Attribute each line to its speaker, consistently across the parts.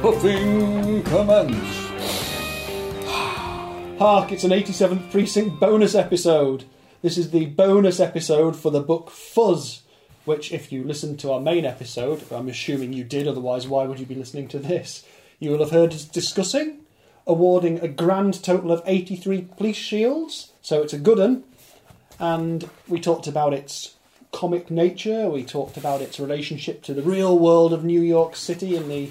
Speaker 1: Briefing commence.
Speaker 2: Hark, it's an 87th Precinct bonus episode. This is the bonus episode for the book Fuzz, which, if you listened to our main episode, I'm assuming you did, otherwise, why would you be listening to this? You will have heard us discussing awarding a grand total of 83 police shields, so it's a good un. And we talked about its comic nature, we talked about its relationship to the real world of New York City in the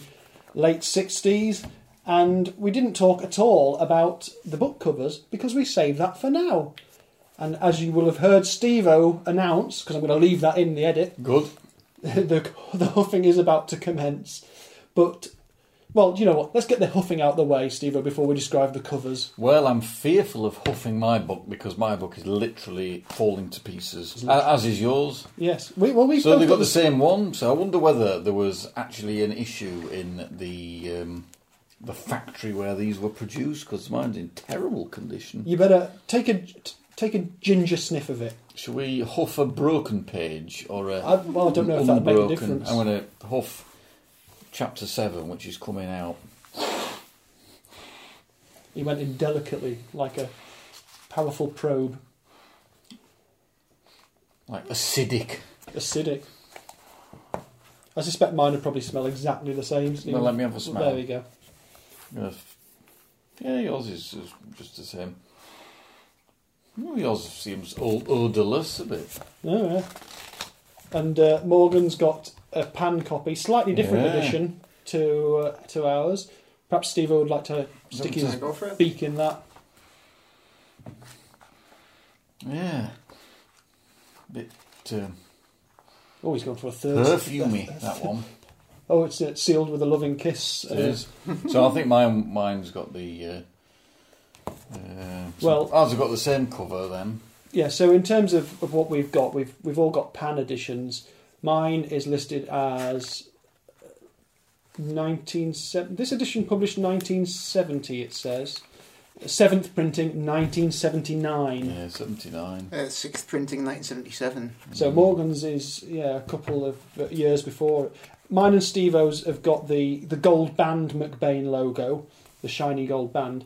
Speaker 2: late 60s, and we didn't talk at all about the book covers because we saved that for now. And as you will have heard Steve O announce, because I'm going to leave that in the edit,
Speaker 1: Good.
Speaker 2: the, the huffing is about to commence. But, well, you know what? Let's get the huffing out the way, Steve O, before we describe the covers.
Speaker 1: Well, I'm fearful of huffing my book because my book is literally falling to pieces, a- as is yours.
Speaker 2: Yes. We, well, we've
Speaker 1: So
Speaker 2: both
Speaker 1: they've got
Speaker 2: got
Speaker 1: the same one. So I wonder whether there was actually an issue in the um, the factory where these were produced because mine's in terrible condition.
Speaker 2: You better take a t- take a ginger sniff of it.
Speaker 1: Should we huff a broken page or a
Speaker 2: I, well, I don't know if that'd make a
Speaker 1: unbroken?
Speaker 2: difference.
Speaker 1: I'm going to huff chapter seven, which is coming out.
Speaker 2: He went in delicately, like a powerful probe.
Speaker 1: Like acidic.
Speaker 2: Acidic. I suspect mine would probably smell exactly the same. Steve.
Speaker 1: Well, let me have a smell.
Speaker 2: There we go.
Speaker 1: Yes. Yeah, yours is, is just the same. Well, yours seems all odourless a bit.
Speaker 2: Oh, yeah. And uh, Morgan's got a pan copy, slightly different
Speaker 1: Yeah.
Speaker 2: edition to uh, to ours. Perhaps Steve would like to stick his
Speaker 1: go for
Speaker 2: beak in that.
Speaker 1: Yeah. Bit um,
Speaker 2: Oh, he's gone for a third.
Speaker 1: perfumey, that one.
Speaker 2: Oh, it's uh, sealed with a loving kiss.
Speaker 1: It is. So I think mine, mine's got the. Uh, uh, so
Speaker 2: Well-
Speaker 1: ours have got the same cover then.
Speaker 2: Yeah, so in terms of, of what we've got, we've we've all got pan editions. Mine is listed as 197 this edition published 1970 it says. 7th printing 1979.
Speaker 1: Yeah, 79.
Speaker 3: Uh, sixth printing, 1977.
Speaker 2: So Morgan's is yeah a couple of uh, years before. Mine and Steve-O's have got the the gold band McBain logo, the shiny gold band.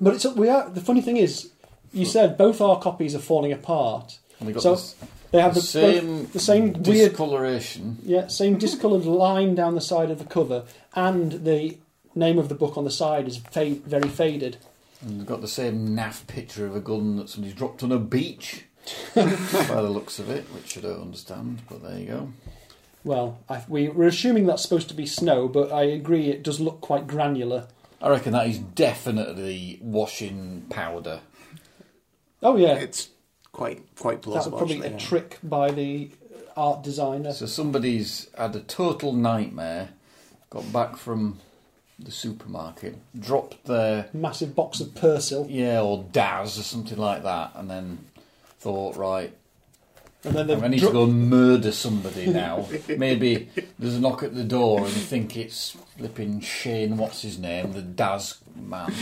Speaker 2: But it's we are the funny thing is, you said both our copies are falling apart.
Speaker 1: And they got
Speaker 2: So-
Speaker 1: this-
Speaker 2: They have
Speaker 1: the
Speaker 2: the,
Speaker 1: same,
Speaker 2: the same weird
Speaker 1: discoloration.
Speaker 2: yeah same discoloured line down the side of the cover, and the name of the book on the side is fa- very faded.
Speaker 1: And they've got the same naff picture of a gun that somebody's dropped on a beach. by the looks of it, which I don't understand, but there you go.
Speaker 2: Well, I, we, we're assuming that's supposed to be snow, but I agree it does look quite granular.
Speaker 1: I reckon that is definitely washing powder.
Speaker 2: Oh yeah,
Speaker 3: It's quite quite
Speaker 2: That was
Speaker 3: plausible.
Speaker 2: probably a
Speaker 3: actually.
Speaker 2: trick by the uh, art designer.
Speaker 1: So somebody's had a total nightmare, got back from the supermarket, dropped their
Speaker 2: Massive box of Persil,
Speaker 1: yeah or Daz or something like that, and then thought right.
Speaker 2: and then
Speaker 1: I
Speaker 2: they've
Speaker 1: need
Speaker 2: dro-
Speaker 1: to go and murder somebody now. Maybe there's a knock at the door and you think it's flipping Shane, what's his name, the Daz man.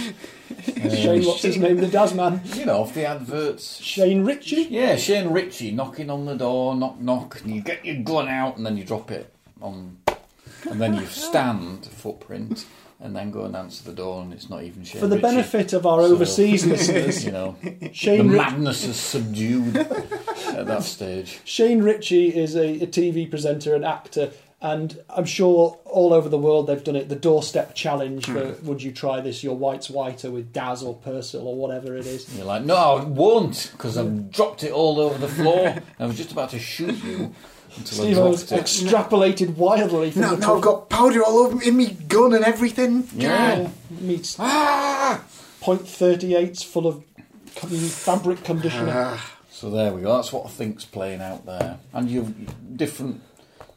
Speaker 1: Um,
Speaker 2: Shane, what's his name, the Dasman,
Speaker 1: You know, off the adverts.
Speaker 2: Shane Ritchie.
Speaker 1: Yeah, Shane Ritchie knocking on the door, knock knock, and you get your gun out and then you drop it on, and then you stand footprint and then go and answer the door and it's not even Shane.
Speaker 2: For the
Speaker 1: Ritchie.
Speaker 2: benefit of our
Speaker 1: So-
Speaker 2: overseas listeners,
Speaker 1: you know, the
Speaker 2: Shane Ri-
Speaker 1: madness is subdued at that stage.
Speaker 2: Shane Ritchie is a, a TV presenter and actor, and I'm sure all over the world they've done it. The doorstep challenge for
Speaker 3: Hmm.
Speaker 2: would you try this? Your white's whiter with Daz or Persil or whatever it is.
Speaker 1: And you're like, no, I won't, because I've dropped it all over the floor. and I was just about to shoot you until
Speaker 2: Steve
Speaker 1: I
Speaker 2: was
Speaker 1: dropped it.
Speaker 2: extrapolated wildly from
Speaker 3: Now,
Speaker 2: the
Speaker 3: now I've got powder all over in me gun and everything.
Speaker 1: yeah.
Speaker 2: meets
Speaker 1: Ah!
Speaker 2: point thirty eights full of co- fabric conditioner.
Speaker 3: Ah.
Speaker 1: So there we go. That's what I think's playing out there, and you've different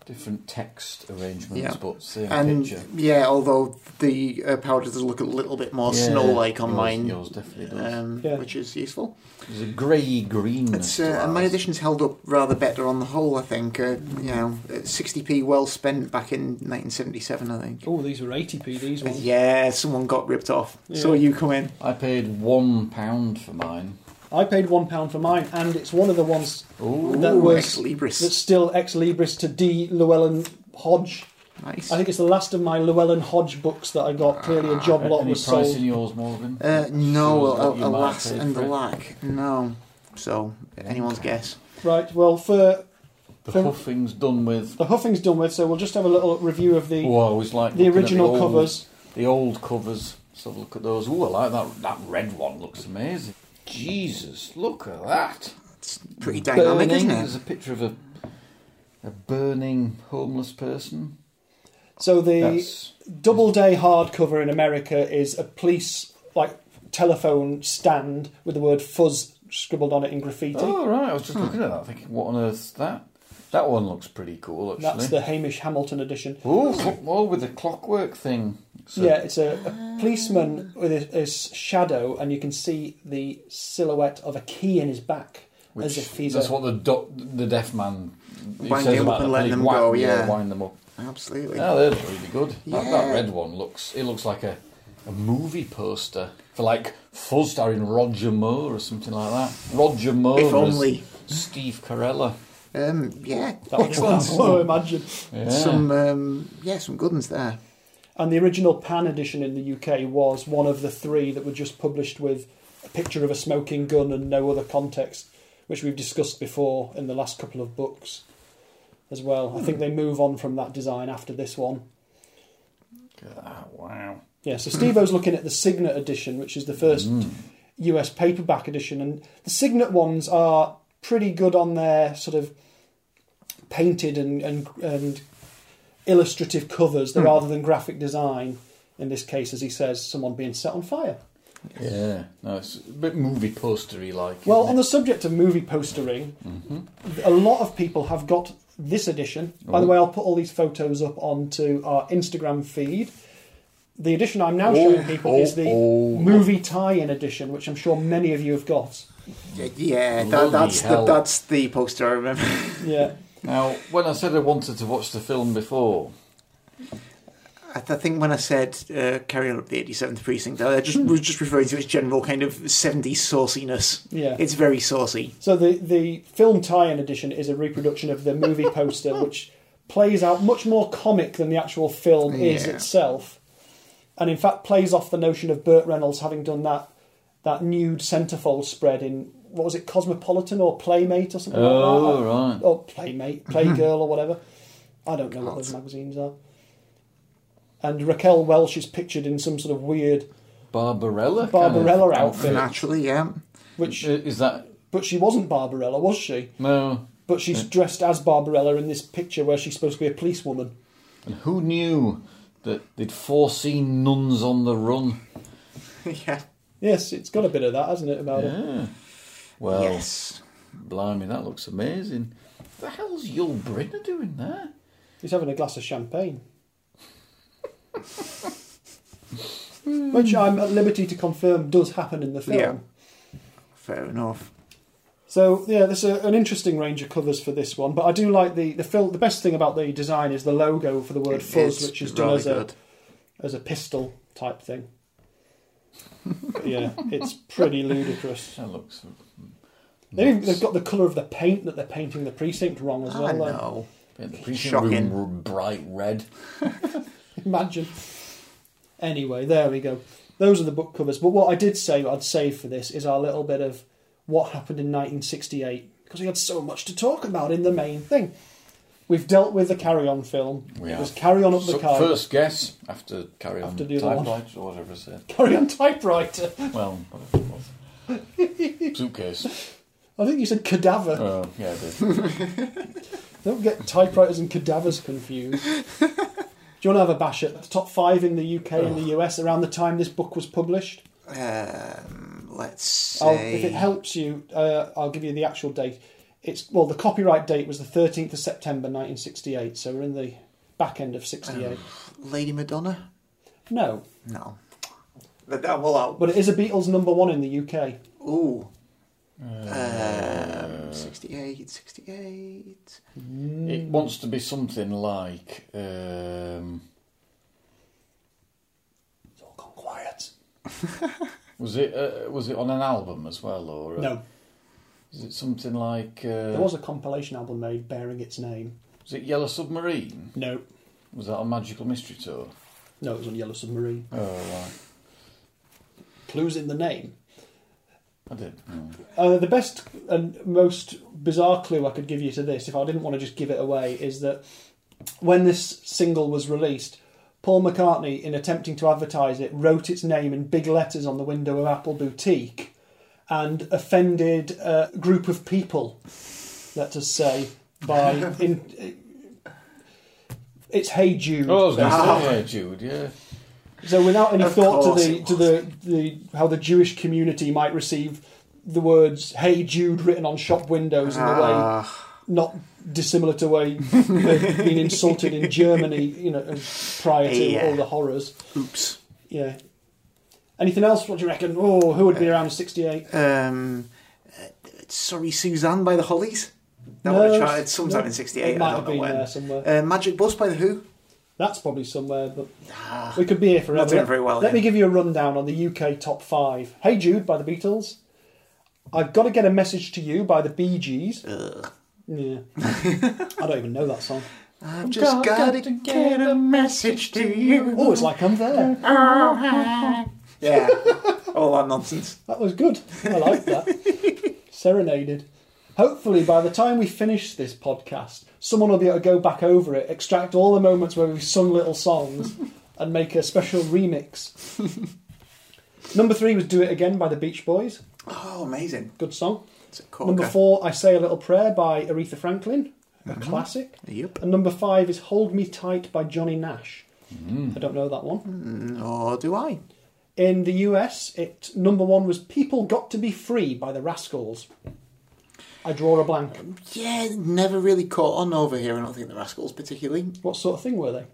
Speaker 1: different text arrangements,
Speaker 3: Yeah.
Speaker 1: but same
Speaker 3: And
Speaker 1: picture.
Speaker 3: yeah, although the uh, powder does look a little bit more
Speaker 1: Yeah,
Speaker 3: snow-like on
Speaker 1: yours-
Speaker 3: mine,
Speaker 1: Yours definitely does.
Speaker 3: um,
Speaker 2: Yeah.
Speaker 3: which is useful.
Speaker 1: There's a grey greenness.
Speaker 3: It's, uh,
Speaker 1: to
Speaker 3: and my
Speaker 1: ours.
Speaker 3: edition's held up rather better on the whole. I think uh, you know, uh, 60p well spent back in 1977. I think.
Speaker 2: Oh, these were 80p, these ones.
Speaker 3: Yeah, someone got ripped off. Saw
Speaker 2: Yeah.
Speaker 3: you come in.
Speaker 1: I paid one pound for mine.
Speaker 2: I paid £1 pound for mine, and it's one of the ones
Speaker 1: Ooh.
Speaker 2: that
Speaker 3: Ooh,
Speaker 2: was
Speaker 3: ex libris.
Speaker 2: that's still ex libris to D. Llewellyn Hodge.
Speaker 3: Nice.
Speaker 2: I think it's the last of my Llewellyn Hodge books that I got. Clearly, a job lot
Speaker 1: Uh, Any
Speaker 2: was
Speaker 1: price
Speaker 2: sold.
Speaker 1: in yours, Morgan?
Speaker 3: Uh, no,
Speaker 1: Shows what you might
Speaker 3: alas
Speaker 1: pay
Speaker 3: and
Speaker 1: for it.
Speaker 3: alack, no. So, anyone's guess.
Speaker 2: Right, well, for
Speaker 1: The
Speaker 2: From-
Speaker 1: huffing's done with.
Speaker 2: the huffing's done with, so we'll just have a little review of the
Speaker 1: Oh, I always like
Speaker 2: the
Speaker 1: looking at
Speaker 2: original
Speaker 1: old-
Speaker 2: covers.
Speaker 1: The old covers. Let's have a look at those. Oh, I like that. That red one looks amazing. Jesus, look at that.
Speaker 3: It's pretty dynamic,
Speaker 1: burning. There's
Speaker 3: isn't
Speaker 1: a
Speaker 3: it?
Speaker 1: picture of a a burning homeless person.
Speaker 2: So the
Speaker 1: That's
Speaker 2: double day hardcover in America is a police like telephone stand with the word fuzz scribbled on it in graffiti.
Speaker 1: oh right. I was just looking at that, thinking, what on earth's that? That one looks pretty cool, actually.
Speaker 2: That's the Hamish Hamilton edition.
Speaker 1: Oh, clock- oh, with the clockwork thing. So
Speaker 2: yeah, it's a, a policeman with his, his shadow, and you can see the silhouette of a key in his back,
Speaker 1: Which,
Speaker 2: as if he's
Speaker 1: that's
Speaker 2: a,
Speaker 1: what the do- the deaf man he
Speaker 3: Wind
Speaker 1: says
Speaker 3: him
Speaker 1: about
Speaker 3: up
Speaker 1: the
Speaker 3: and let
Speaker 1: police,
Speaker 3: them
Speaker 1: wind-
Speaker 3: go, yeah.
Speaker 1: wind them up.
Speaker 3: Absolutely.
Speaker 1: Oh, they're really good. That, that
Speaker 3: Yeah.
Speaker 1: red one looks. It looks like a, a movie poster for like full starring Roger Moore or something like that. Roger Moore.
Speaker 3: If
Speaker 1: as
Speaker 3: only.
Speaker 1: Steve Carella.
Speaker 3: Um, yeah,
Speaker 2: that would-
Speaker 3: excellent.
Speaker 2: that would imagine.
Speaker 1: Yeah.
Speaker 3: Some, um, yeah, some good ones there.
Speaker 2: And the original Pan edition in the UK was one of the three that were just published with a picture of a smoking gun and no other context, which we've discussed before in the last couple of books as well. I think they move on from that design after this one.
Speaker 1: Look at that, Ah, wow.
Speaker 2: Yeah, so Stevo's looking at the Signet edition, which is the first
Speaker 1: Mm.
Speaker 2: US paperback edition, and the Signet ones are pretty good on their sort of painted and and, and illustrative covers, they're
Speaker 1: Mm.
Speaker 2: rather than graphic design. In this case, as he says, someone being set on fire.
Speaker 1: Yeah, no, it's a bit movie postery like.
Speaker 2: Well, on the subject of movie postering,
Speaker 1: Mm-hmm.
Speaker 2: a lot of people have got this edition. By
Speaker 1: Oh.
Speaker 2: the way, I'll put all these photos up onto our Instagram feed. The edition I'm now
Speaker 1: Oh,
Speaker 2: showing people
Speaker 1: oh,
Speaker 2: is the
Speaker 1: oh.
Speaker 2: movie tie-in edition, which I'm sure many of you have got.
Speaker 3: Yeah, yeah
Speaker 1: Bloody
Speaker 3: that, that's the,
Speaker 1: hell.
Speaker 3: that's the poster I remember.
Speaker 2: Yeah,
Speaker 1: Now, when I said I wanted to watch the film before,
Speaker 3: I th- I think when I said uh, carrying up the 87th precinct, I just
Speaker 1: Hmm.
Speaker 3: was just referring to its general kind of 70s sauciness.
Speaker 2: yeah.
Speaker 3: It's very saucy.
Speaker 2: So the the film tie-in edition is a reproduction of the movie poster, which plays out much more comic than the actual film is
Speaker 3: Yeah.
Speaker 2: itself, and in fact plays off the notion of Burt Reynolds having done that that nude centerfold spread in what was it, Cosmopolitan or Playmate or something like that,
Speaker 1: oh right,
Speaker 2: or Playmate, Playgirl or whatever. I don't know what those magazines are. And Raquel Welsh is pictured in some sort of weird
Speaker 1: Barbarella. kind of
Speaker 2: Barbarella outfit,
Speaker 3: Naturally, yeah.
Speaker 2: which
Speaker 1: Is that
Speaker 2: but she wasn't Barbarella, was she?
Speaker 1: no?
Speaker 2: But she's dressed as Barbarella in this picture where she's supposed to be a policewoman.
Speaker 1: And who knew that they'd foreseen nuns on the run?
Speaker 3: yeah.
Speaker 2: Yes, it's got a bit of that, hasn't it, about it?
Speaker 1: Yeah. Well,
Speaker 3: Yes.
Speaker 1: blimey, that looks amazing. The hell's Yul Brynner doing there?
Speaker 2: He's having a glass of champagne. Which I'm at liberty to confirm does happen in the film.
Speaker 3: Yeah. Fair enough.
Speaker 2: So yeah, there's a, an interesting range of covers for this one, but I do like the the film. The best thing about the design is the logo for the word
Speaker 3: It-
Speaker 2: fuzz,
Speaker 3: it's
Speaker 2: which is done
Speaker 3: rather
Speaker 2: as
Speaker 3: good.
Speaker 2: a as a pistol type thing. But yeah, it's pretty ludicrous.
Speaker 1: That looks.
Speaker 2: They've, they've got the colour of the paint that they're painting the precinct wrong as well.
Speaker 3: I
Speaker 2: though.
Speaker 3: know.
Speaker 1: Yeah, the precinct room
Speaker 3: Shocking.
Speaker 1: were bright red.
Speaker 2: Imagine. Anyway, there we go. Those are the book covers. But what I did say I'd save for this is our little bit of what happened in 1968 because we had so much to talk about in the main thing. We've dealt with the Carry On film.
Speaker 1: We
Speaker 2: it
Speaker 1: have.
Speaker 2: was Carry On Up the
Speaker 1: So,
Speaker 2: Car.
Speaker 1: first guess after carry on
Speaker 2: After the other one.
Speaker 1: typewriter or whatever I said.
Speaker 2: Carry On typewriter.
Speaker 1: Well, whatever it was. Suitcase.
Speaker 2: I think you said cadaver.
Speaker 1: Oh, yeah, I did.
Speaker 2: Don't get typewriters and cadavers confused. Do you want to have a bash at the top five in the UK and the US around the time this book was published?
Speaker 3: Um, let's
Speaker 2: I'll,
Speaker 3: say.
Speaker 2: Oh, if it helps you, uh, I'll give you the actual date. It's well, the copyright date was the thirteenth of September, nineteen sixty-eight. So we're in the back end of sixty-eight.
Speaker 3: Lady Madonna?
Speaker 2: No,
Speaker 3: No. But that will out.
Speaker 2: but it is a Beatles number one in the UK.
Speaker 3: Ooh. Uh. Um, 68, 68.
Speaker 1: it wants to be something like. Um,
Speaker 2: It's all gone quiet.
Speaker 1: was it uh, was it on an album as well, or uh,
Speaker 2: No,
Speaker 1: Is it something like? Uh,
Speaker 2: there was a compilation album made bearing its name.
Speaker 1: was it Yellow Submarine?
Speaker 2: No,
Speaker 1: Was that a magical mystery tour?
Speaker 2: No, it was on Yellow Submarine.
Speaker 1: Oh, right.
Speaker 2: Clues in the name.
Speaker 1: I did. mm.
Speaker 2: Uh, the best and most bizarre clue I could give you to this, if I didn't want to just give it away, is that when this single was released, Paul McCartney, in attempting to advertise it, wrote its name in big letters on the window of Apple Boutique and offended a group of people, let us say, by. In, it's Hey Jude.
Speaker 1: Oh, I was going to say, yeah, Jude, yeah.
Speaker 2: So without any
Speaker 3: Of
Speaker 2: thought to
Speaker 3: course
Speaker 2: the
Speaker 3: it
Speaker 2: to the, the how the Jewish community might receive the words "Hey Jude" written on shop windows in the way
Speaker 3: Ah,
Speaker 2: not dissimilar to way they've been insulted in Germany, you know, prior to
Speaker 3: Yeah.
Speaker 2: all the horrors.
Speaker 3: oops.
Speaker 2: Yeah. Anything else? What do you reckon? Oh, who would be around '68?
Speaker 3: Um, uh, sorry, Suzanne by the Hollies. That
Speaker 2: No,
Speaker 3: would have tried. It's sometime
Speaker 2: no.
Speaker 3: in '68.
Speaker 2: It
Speaker 3: I
Speaker 2: might
Speaker 3: don't
Speaker 2: have
Speaker 3: know
Speaker 2: been
Speaker 3: when.
Speaker 2: there somewhere.
Speaker 3: Uh, Magic Bus by the Who.
Speaker 2: That's probably somewhere, but
Speaker 3: Ah,
Speaker 2: we could be here forever.
Speaker 3: Not doing
Speaker 2: Let-
Speaker 3: very well,
Speaker 2: Let
Speaker 3: yeah.
Speaker 2: me give you a rundown on the UK top five. Hey Jude by the Beatles. I've got to get a message to you by the Bee Gees.
Speaker 3: ugh.
Speaker 2: Yeah. I don't even know that song.
Speaker 3: I've just
Speaker 1: got-
Speaker 3: got,
Speaker 1: got
Speaker 3: to
Speaker 1: to
Speaker 3: get a message to you.
Speaker 2: Oh, it's like I'm there.
Speaker 3: Yeah, all that nonsense.
Speaker 2: That was good. I like that. Serenaded. Hopefully, by the time we finish this podcast, someone will be able to go back over it, extract all the moments where we've sung little songs, and make a special remix. Number three was Do It Again by the Beach Boys.
Speaker 3: Oh, amazing.
Speaker 2: Good song.
Speaker 3: It's a corker.
Speaker 2: Number four, I Say a Little Prayer by Aretha Franklin. A classic.
Speaker 3: Yep.
Speaker 2: And number five is Hold Me Tight by Johnny Nash. I don't know that one.
Speaker 3: Or do I?
Speaker 2: In the US, it number one was "People Got to Be Free" by the Rascals. I draw a blank.
Speaker 3: Yeah, never really caught on over here. I don't think the Rascals particularly.
Speaker 2: What sort of thing were they?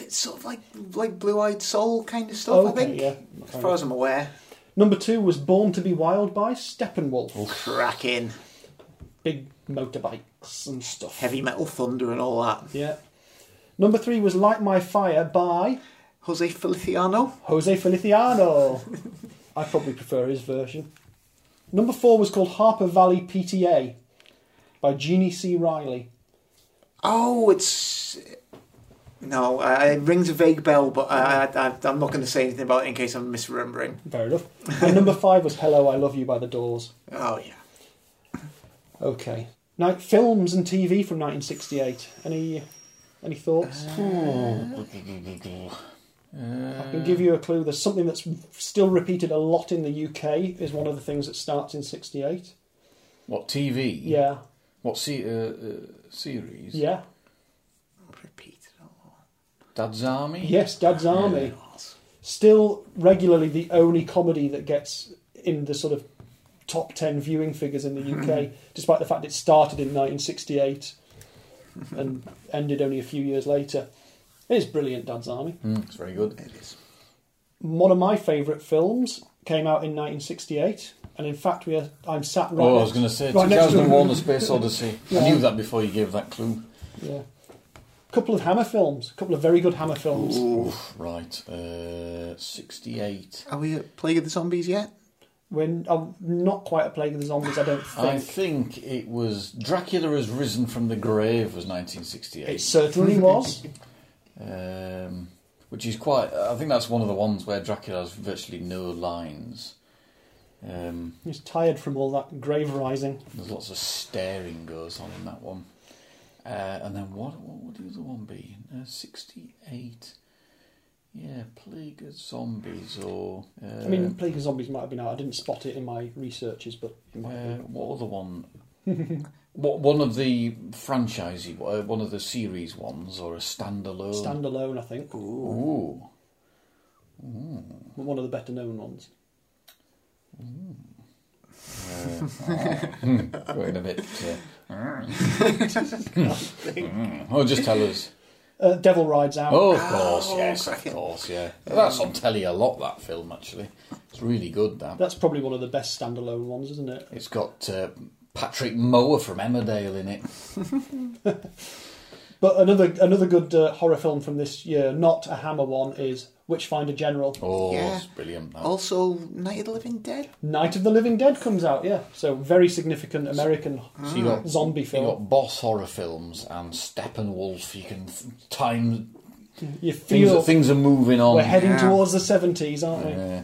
Speaker 3: It's sort of like like Blue Eyed Soul kind of stuff.
Speaker 2: Okay,
Speaker 3: I think,
Speaker 2: yeah.
Speaker 3: as far as I'm aware.
Speaker 2: Number two was "Born to Be Wild" by Steppenwolf.
Speaker 3: Cracking
Speaker 2: Big motorbikes and stuff.
Speaker 3: heavy metal thunder and all that.
Speaker 2: Yeah. Number three was "Light My Fire" by
Speaker 3: Jose Feliciano.
Speaker 2: Jose Feliciano. I probably prefer his version. Number four was called "Harper Valley PTA" by Jeannie C. Riley.
Speaker 3: Oh, it's no. Uh, it rings a vague bell, but I, I, I, I'm not going to say anything about it in case I'm misremembering.
Speaker 2: Fair enough. And number five was "Hello, I Love You" by The Doors.
Speaker 3: Oh yeah.
Speaker 2: Okay. Now, films and TV from 1968. Any any thoughts? I can give you a clue. There's something that's still repeated a lot in the UK. Is one of the things that starts in 68.
Speaker 1: What TV?
Speaker 2: Yeah.
Speaker 1: What se- uh, uh, series?
Speaker 2: Yeah.
Speaker 3: Repeat. it
Speaker 1: Dad's Army.
Speaker 2: Yes, Dad's Army.
Speaker 3: all.
Speaker 2: Still regularly the only comedy that gets in the sort of top 10 viewing figures in the UK, despite the fact it started in 1968 and ended only a few years later. It is brilliant, Dad's Army.
Speaker 1: Mm, it's very good.
Speaker 3: It is.
Speaker 2: one of my favourite films came out in 1968, and in fact, we are, I'm sat right.
Speaker 1: oh, I
Speaker 2: next,
Speaker 1: was going to say
Speaker 2: right next to
Speaker 1: 2001: The Space Odyssey.
Speaker 2: Yeah.
Speaker 1: I knew that before you gave that clue.
Speaker 2: Yeah, couple of Hammer films, a couple of very good Hammer films.
Speaker 1: Oof, right, uh, 68.
Speaker 3: Are we at Plague of the Zombies yet?
Speaker 2: When I'm not quite a Plague of the Zombies, I don't think.
Speaker 1: I think it was Dracula has risen from the grave was
Speaker 2: it
Speaker 1: 1968,
Speaker 2: certainly was.
Speaker 1: um, which is quite. I think that's one of the ones where Dracula has virtually no lines. Um,
Speaker 2: He's tired from all that grave rising.
Speaker 1: There's lots of staring goes on in that one. Uh, and then what? What would the other one be? Uh, Sixty-eight. Yeah, Plague of Zombies or. Uh,
Speaker 2: I mean, Plague of Zombies might have been out. I didn't spot it in my researches, but it might
Speaker 1: uh,
Speaker 2: be.
Speaker 1: what other one? what one of the franchisey, uh, one of the series ones, or a standalone?
Speaker 2: Standalone, I think,
Speaker 1: Ooh,
Speaker 2: but one of the better known ones.
Speaker 1: going Uh, a bit. Uh, Mm. oh, just tell us.
Speaker 2: Uh, Devil Rides Out.
Speaker 1: Oh, of course,
Speaker 3: Oh,
Speaker 1: yes,
Speaker 3: cracking.
Speaker 1: of course, yeah. That's on telly a lot. That film actually, it's really good. That
Speaker 2: That's probably one of the best standalone ones, isn't it?
Speaker 1: it's got uh, Patrick Mower from Emmerdale in it.
Speaker 2: But another another good uh, horror film from this year, not a Hammer one, is Witchfinder General.
Speaker 1: Oh,
Speaker 3: Yeah. Oh,
Speaker 1: it's brilliant. that.
Speaker 3: Also, Night of the Living Dead.
Speaker 2: Night of the Living Dead comes out, yeah. So very significant American
Speaker 1: So you got,
Speaker 2: zombie
Speaker 1: you
Speaker 2: film.
Speaker 1: got boss horror films and Steppenwolf. You can th- time
Speaker 2: You
Speaker 1: things.
Speaker 2: feel
Speaker 1: things are moving on.
Speaker 2: we're heading
Speaker 3: Yeah.
Speaker 2: towards the seventies, aren't we?
Speaker 1: Yeah,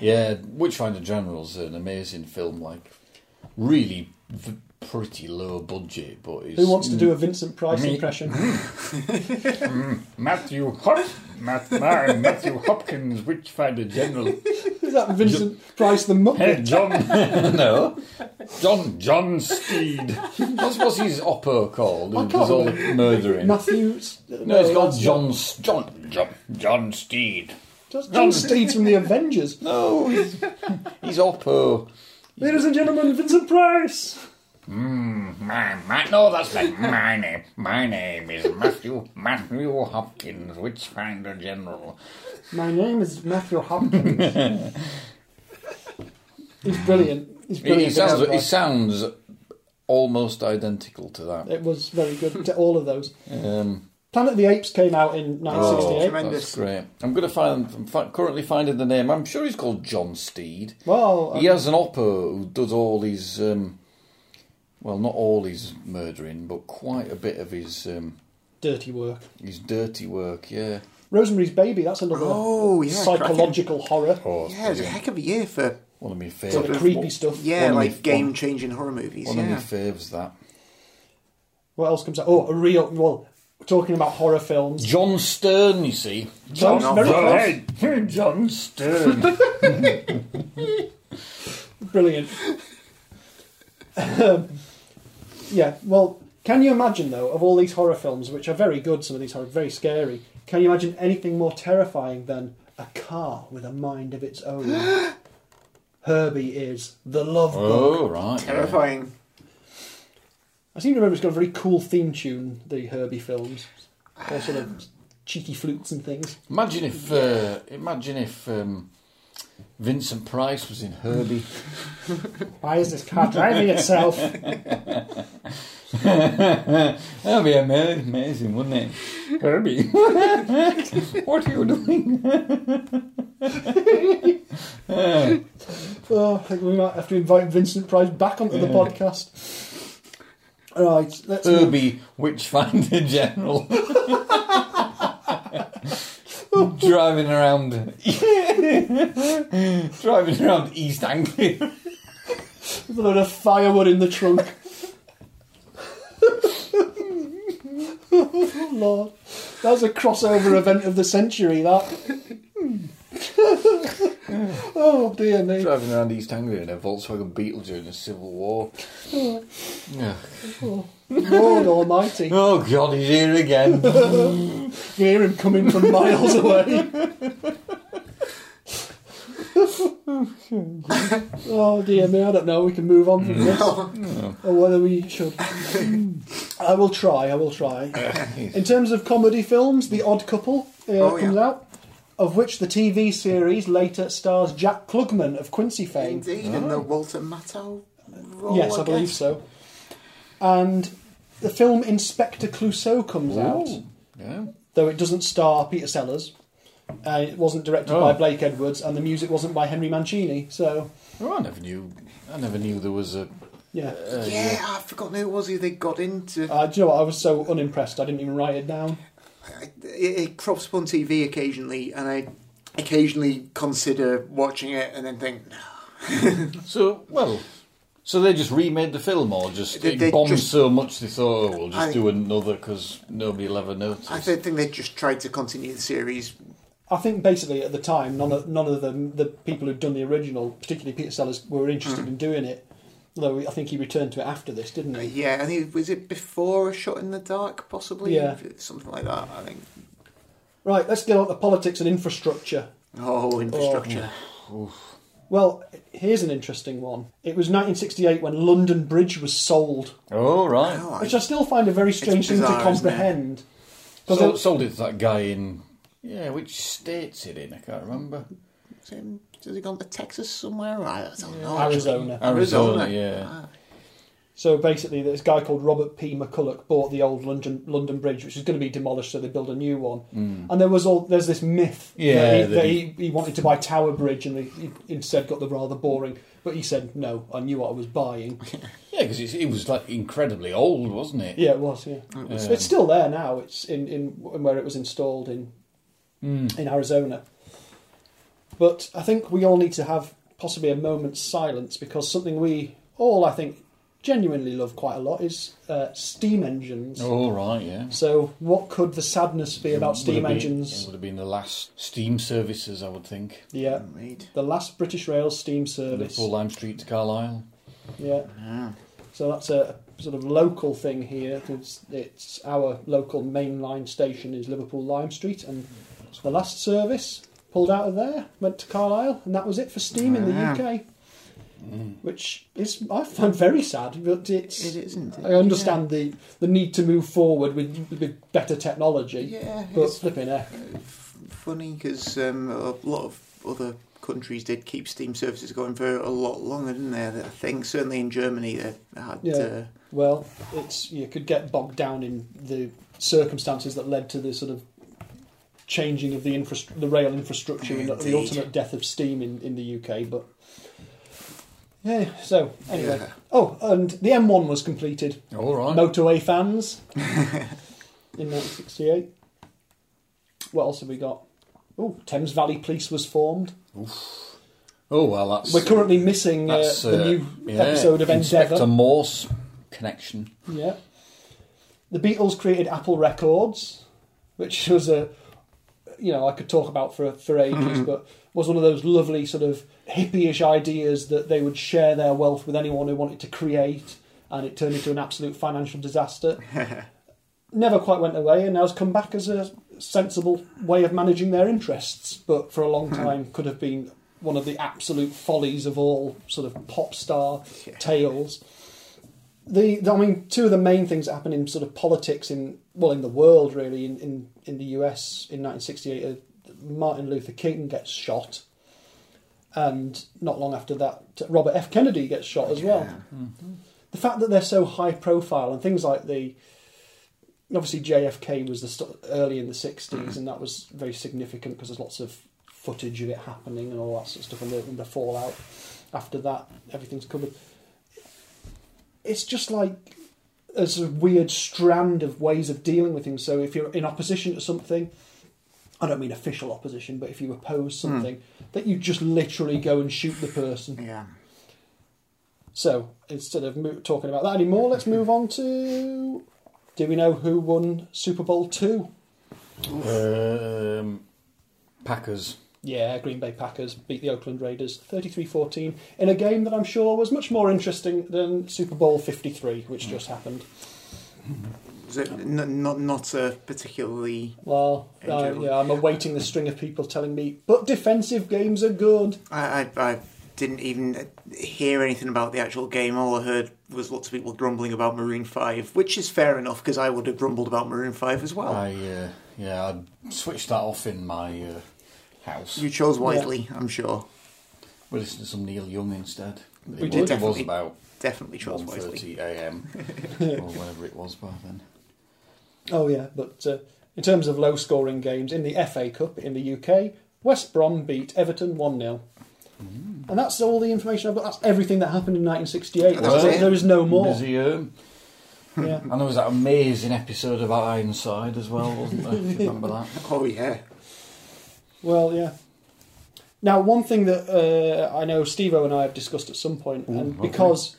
Speaker 1: yeah. Witchfinder General's an amazing film. Like, really v- pretty low budget, but it's
Speaker 2: Who wants to do a Vincent Price
Speaker 1: Me.
Speaker 2: impression?
Speaker 1: Matthew Hop, Matt, Mar- Matthew Hopkins, Witchfinder General.
Speaker 2: Is that Vincent Price the Muppet?
Speaker 1: Hey, John. no, John John Steed. That's what his opera called.
Speaker 2: I
Speaker 1: It was
Speaker 2: can't
Speaker 1: all the murdering. No,
Speaker 2: Matthews? No,
Speaker 1: it's called
Speaker 2: that's
Speaker 1: John S- John John John Steed.
Speaker 2: not- That's John Steed from the Avengers.
Speaker 1: No, he's, he's opera.
Speaker 2: Ladies and gentlemen, Vincent Price.
Speaker 1: My, my, no, that's like my name. My name is Matthew Matthew Hopkins, Witchfinder General.
Speaker 2: My name is Matthew Hopkins. He's brilliant. He's
Speaker 1: It,
Speaker 2: brilliant.
Speaker 1: it sounds
Speaker 2: Vincent
Speaker 1: it
Speaker 2: Price.
Speaker 1: sounds almost identical to that.
Speaker 2: It was very good to all of those.
Speaker 1: Um,
Speaker 2: Planet of the Apes came out in
Speaker 1: oh,
Speaker 2: 1968.
Speaker 1: that's great. I'm going to find. I'm fi- currently finding the name. I'm sure he's called John Steed.
Speaker 2: well, um,
Speaker 1: He has an opera who does all his, um, well, not all his murdering, but quite a bit of his um,
Speaker 2: dirty work.
Speaker 1: his dirty work. Yeah.
Speaker 2: Rosemary's Baby. That's another
Speaker 3: Oh, yeah,
Speaker 2: psychological horror.
Speaker 1: Oh, it's
Speaker 3: Yeah, it's a
Speaker 1: brilliant.
Speaker 3: heck of a year for
Speaker 1: one of my
Speaker 2: So the
Speaker 1: favourite.
Speaker 2: creepy stuff.
Speaker 3: yeah,
Speaker 1: One
Speaker 3: like
Speaker 1: with-
Speaker 3: game changing horror movies.
Speaker 1: One of my
Speaker 3: yeah.
Speaker 1: faves that.
Speaker 2: What else comes out? Oh, a real. Well, talking about horror films.
Speaker 1: John Stern, you see.
Speaker 2: John- very close.
Speaker 1: John, John Stern.
Speaker 2: Brilliant. Um, yeah, well, can you imagine, though, of all these horror films, which are very good, some of these horror, very scary, can you imagine anything more terrifying than a car with a mind of its own? Herbie is the love bug.
Speaker 1: oh right. yeah.
Speaker 3: Terrifying.
Speaker 2: I seem to remember it's got a very cool theme tune, the Herbie films. All sort of cheeky flutes and things.
Speaker 1: Imagine if, uh, imagine if um, Vincent Price was in Herbie.
Speaker 2: Why is this car driving itself?
Speaker 1: That'd be ama- amazing, wouldn't it? Herbie, what are you doing?
Speaker 2: Oh, I think we might have to invite Vincent Price back onto the podcast. Right, let's move
Speaker 1: Herbie, Witchfinder General. driving around, driving around East Anglia.
Speaker 2: With a load of firewood in the trunk. oh, Lord. That was a crossover event of the century, that. oh, dear me.
Speaker 1: driving around East Anglia in a Volkswagen Beetle during the Civil War. Yeah.
Speaker 2: Lord almighty. You
Speaker 1: Oh God, he's here again.
Speaker 2: hear him coming from miles away. oh, dear me. I don't know. We can move on from this.
Speaker 3: Mm.
Speaker 2: Or whether we should. I will try. I will try. In terms of comedy films, The Odd Couple uh,
Speaker 3: Oh,
Speaker 2: comes
Speaker 3: yeah.
Speaker 2: out, of which the TV series later stars Jack Klugman of Quincy fame.
Speaker 3: Indeed, and the Walter Matthau role.
Speaker 2: yes, I, believe
Speaker 3: guess.
Speaker 2: so. And the film Inspector Clouseau comes out,
Speaker 1: yeah.
Speaker 2: though it doesn't star Peter Sellers. Uh, it wasn't directed
Speaker 1: Oh.
Speaker 2: by Blake Edwards, and the music wasn't by Henry Mancini. So,
Speaker 1: Oh, I never knew. I never knew there was a.
Speaker 2: yeah.
Speaker 3: Yeah, I've forgotten who it was who they got into.
Speaker 2: Uh, do you know what? I was so unimpressed, I didn't even write it down.
Speaker 3: I- it, it crops up on TV occasionally, and I occasionally consider watching it and then think, no.
Speaker 1: So well, so they just remade the film, or just
Speaker 3: They-
Speaker 1: it
Speaker 3: they
Speaker 1: bombed
Speaker 3: just-
Speaker 1: so much they thought, oh, we'll just
Speaker 3: I-
Speaker 1: do another because nobody'll ever notice.
Speaker 3: I th- think they just tried to continue the series.
Speaker 2: I think basically at the time, none of none of the the people who'd done the original, particularly Peter Sellers, were interested in doing it. Although I think he returned to it after this, didn't he?
Speaker 3: Yeah, I think was it before a shot in the dark, possibly?
Speaker 2: Yeah.
Speaker 3: something like that. I think.
Speaker 2: Right, let's get on to politics and infrastructure.
Speaker 3: Oh, infrastructure.
Speaker 2: Well, here's an interesting one. It was 1968 when London Bridge was sold,
Speaker 1: oh right.
Speaker 3: Oh,
Speaker 2: which I still find a very strange thing
Speaker 3: bizarre,
Speaker 2: to
Speaker 3: isn't it?
Speaker 2: comprehend.
Speaker 1: so,
Speaker 2: Because
Speaker 1: sold it to that guy in. Yeah, which state's it in? I can't remember.
Speaker 3: Has it- has it gone to Texas somewhere? I don't know.
Speaker 2: Arizona.
Speaker 3: Arizona.
Speaker 1: yeah.
Speaker 3: Ah.
Speaker 2: So basically, this guy called Robert P. McCulloch bought the old London London Bridge, which was going to be demolished, so they build a new one. And there was all there's this myth Hmm. that, he,
Speaker 1: Yeah, that
Speaker 2: that he, he wanted to buy Tower Bridge, and he, he instead got the rather boring. But he said no, I knew what I was buying.
Speaker 1: Yeah, because it was like incredibly old, wasn't it?
Speaker 2: Yeah, it was. Yeah,
Speaker 1: was.
Speaker 2: it's still there now. It's in in in where it was installed in
Speaker 1: Mm.
Speaker 2: in Arizona. But I think we all need to have possibly a moment's silence because something we all, I think, genuinely love quite a lot is uh, steam engines.
Speaker 1: All Oh, right, yeah.
Speaker 2: So, what could the sadness be about
Speaker 1: Would
Speaker 2: steam
Speaker 1: have been-
Speaker 2: engines?
Speaker 1: It would have been the last steam services, I would think.
Speaker 2: Yeah,
Speaker 3: Indeed.
Speaker 2: the last British Rail steam service.
Speaker 1: Liverpool Lime Street to Carlisle.
Speaker 2: Yeah.
Speaker 3: Yeah.
Speaker 2: So that's a sort of local thing here. It's, it's our local mainline station is Liverpool Lime Street, and the last service pulled out of there, went to Carlisle, and that was it for steam in the
Speaker 3: Ah. Mm.
Speaker 2: UK. Which is I find very sad, but it's.
Speaker 3: It isn't.
Speaker 2: I understand the, the need to move forward with, with better technology,
Speaker 3: Yeah,
Speaker 2: but
Speaker 3: it's
Speaker 2: flipping heck.
Speaker 3: funny because um, a lot of other countries did keep steam services going for a lot longer, didn't they? I think certainly in Germany they had.
Speaker 2: Yeah.
Speaker 3: Uh,
Speaker 2: Well, it's you could get bogged down in the circumstances that led to the sort of changing of the infra- the rail infrastructure and the
Speaker 3: Indeed.
Speaker 2: ultimate death of steam in, in the UK. But yeah, so anyway.
Speaker 3: Yeah.
Speaker 2: Oh, and the M1 was completed.
Speaker 1: All right.
Speaker 2: Motorway fans in 1968. What else have we got? Oh, Thames Valley Police was formed.
Speaker 1: Oh well, that's
Speaker 2: We're currently missing uh,
Speaker 1: that's
Speaker 2: the
Speaker 1: uh,
Speaker 2: new
Speaker 1: yeah,
Speaker 2: episode of
Speaker 1: Inspector
Speaker 2: Endeavour.
Speaker 1: Morse connection.
Speaker 2: Yeah. The Beatles created Apple Records, which was a, you know, I could talk about for for ages, but was one of those lovely sort of hippie-ish ideas that they would share their wealth with anyone who wanted to create, and it turned into an absolute financial disaster. Never quite went away, and now has come back as a sensible way of managing their interests, but for a long time could have been one of the absolute follies of all sort of pop star tales the, the- I mean, two of the main things that happen in sort of politics in well in the world really in in, in the US in 1968 uh, Martin Luther King gets shot, and not long after that Robert F Kennedy gets shot as well. The fact that they're so high profile and things like the obviously JFK was the st- early in the 60s and that was very significant because there's lots of footage of it happening and all that sort of stuff and the, and the fallout after that everything's covered it's just like a sort of weird strand of ways of dealing with things. So if you're in opposition to something, I don't mean official opposition, but if you oppose something, that you just literally go and shoot the person.
Speaker 3: yeah.
Speaker 2: So instead of mo- talking about that anymore, let's move on to. Do we know who won Super Bowl two?
Speaker 1: Um, Packers.
Speaker 2: Yeah, Green Bay Packers beat the Oakland Raiders 33-14 in a game that I'm sure was much more interesting than Super Bowl 53, which just happened.
Speaker 3: So n- not not a particularly.
Speaker 2: Well,
Speaker 3: In
Speaker 2: I,
Speaker 3: general.
Speaker 2: yeah, I'm awaiting the string of people telling me, but defensive games are good.
Speaker 3: I, I I didn't even hear anything about the actual game. All I heard was lots of people grumbling about Maroon Five, which is fair enough because I would have grumbled about Maroon Five as
Speaker 2: Oh.
Speaker 3: well.
Speaker 1: I uh, yeah, I switched that off in my uh, house.
Speaker 3: You chose wisely, I'm sure.
Speaker 1: We listened to some Neil Young instead. It
Speaker 2: We
Speaker 1: was-
Speaker 2: did,
Speaker 1: It was
Speaker 3: definitely.
Speaker 1: about
Speaker 3: Definitely chose wisely.
Speaker 1: 1.30 a.m. or whatever it was by then.
Speaker 2: Oh yeah, but uh, in terms of low-scoring games in the FA Cup in the UK, West Brom beat Everton one 0
Speaker 1: Mm.
Speaker 2: and that's all the information I've got. That's everything that happened in 1968.
Speaker 3: That was
Speaker 2: There-
Speaker 3: it.
Speaker 2: there is no more.
Speaker 1: Museum.
Speaker 2: Yeah.
Speaker 1: And there was that amazing episode about Ironside as well, wasn't there? If you remember that?
Speaker 3: Oh yeah.
Speaker 2: Well, yeah. Now, one thing that uh, I know Steve and I have discussed at some point, and
Speaker 1: lovely.
Speaker 2: because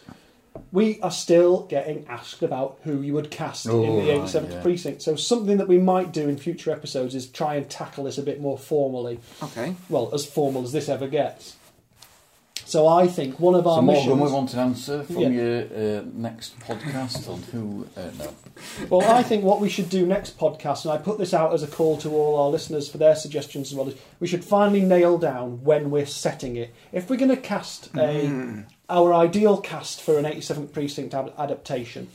Speaker 2: we are still getting asked about who you would cast
Speaker 1: Oh,
Speaker 2: in the
Speaker 1: right,
Speaker 2: 87th
Speaker 1: yeah.
Speaker 2: Precinct, so something that we might do in future episodes is try and tackle this a bit more formally.
Speaker 3: Okay.
Speaker 2: Well, as formal as this ever gets. So I think one of our
Speaker 1: So Morgan,
Speaker 2: missions.
Speaker 1: we want an answer from
Speaker 2: Yeah.
Speaker 1: your uh, next podcast on who. Uh, no,
Speaker 2: Well, I think what we should do next podcast, and I put this out as a call to all our listeners for their suggestions as well, is we should finally nail down when we're setting it. If we're going to cast a
Speaker 1: Mm.
Speaker 2: our ideal cast for an 87th Precinct ad- adaptation,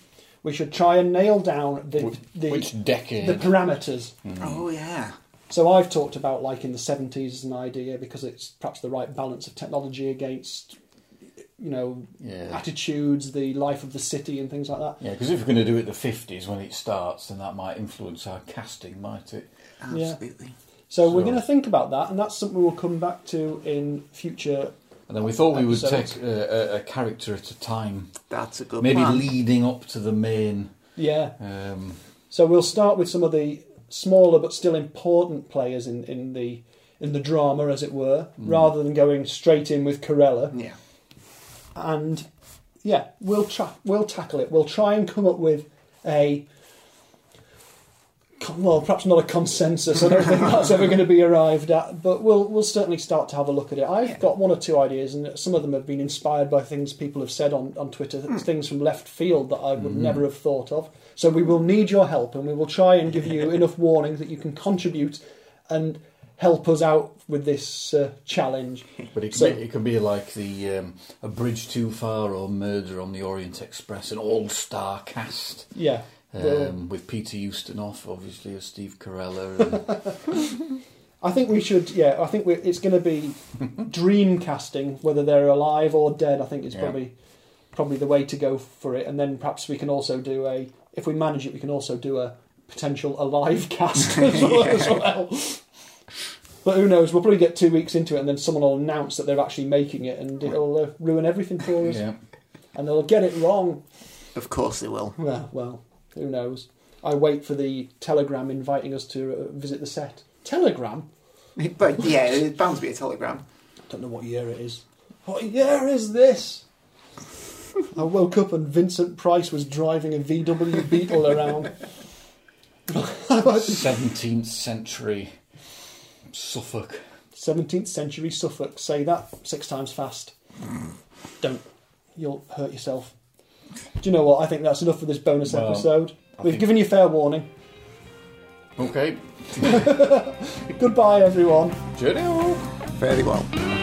Speaker 2: we should try and nail down the the,
Speaker 1: which decade?
Speaker 2: the parameters.
Speaker 3: Oh yeah.
Speaker 2: So I've talked about like in the 70s as an idea because it's perhaps the right balance of technology against you know,
Speaker 1: Yeah.
Speaker 2: attitudes, the life of the city, and things like that.
Speaker 1: Yeah, because if we're going to do it the 50s when it starts, then that might influence our casting, might it?
Speaker 3: Absolutely.
Speaker 2: So, we're
Speaker 1: So-
Speaker 2: going to think about that, and that's something we'll come back to in future.
Speaker 1: And then we thought we would
Speaker 2: Episodes.
Speaker 1: take a, a, a character at a time,
Speaker 3: That's a good
Speaker 1: maybe
Speaker 3: plan.
Speaker 1: leading up to the main.
Speaker 2: Yeah.
Speaker 1: Um,
Speaker 2: So we'll start with some of the smaller but still important players in, in the in the drama, as it were, rather than going straight in with Corella.
Speaker 3: Yeah.
Speaker 2: And yeah, we'll tra- we'll tackle it. We'll try and come up with a con- well, perhaps not a consensus. I don't think that's ever going to be arrived at, but we'll we'll certainly start to have a look at it. I've
Speaker 3: Yeah.
Speaker 2: got one or two ideas, and some of them have been inspired by things people have said on on Twitter, things from left field that I would never have thought of. So we will need your help, and we will try and give you enough warning that you can contribute and help us out with this uh, challenge.
Speaker 1: but it can,
Speaker 2: So-
Speaker 1: be, it can be like the um, A Bridge Too Far or Murder on the Orient Express, an all star cast.
Speaker 2: Yeah. we'll-
Speaker 1: Um, with Peter Ustinov, obviously, as Steve Carella. And,
Speaker 2: I think we should. Yeah, I think we it's going to be dream casting, whether they're alive or dead. I think it's
Speaker 1: Yeah.
Speaker 2: probably probably the way to go for it. And then perhaps we can also do a. If we manage it, we can also do a potential alive cast as well. as well. But who knows? We'll probably get two weeks into it, and then someone will announce that they're actually making it, and it'll uh, ruin everything for us.
Speaker 1: yeah.
Speaker 2: And they'll get it wrong.
Speaker 3: Of course they will.
Speaker 1: Hmm.
Speaker 2: Well, well, who knows? I wait for the telegram inviting us to uh, visit the set. Telegram.
Speaker 3: But yeah, it's bound to be a telegram.
Speaker 2: don't know what year it is. What year is this? I woke up and Vincent Price was driving a VW Beetle around.
Speaker 1: 17th century Suffolk.
Speaker 2: 17th century Suffolk. Say that six times fast. Don't. You'll hurt yourself. Do you know what? I think that's enough for this bonus
Speaker 1: Well,
Speaker 2: episode.
Speaker 1: I
Speaker 2: We've
Speaker 1: think-
Speaker 2: given you fair warning.
Speaker 1: Okay,
Speaker 2: Goodbye, everyone.
Speaker 1: cheerio.
Speaker 3: Fairly well.
Speaker 1: Bye.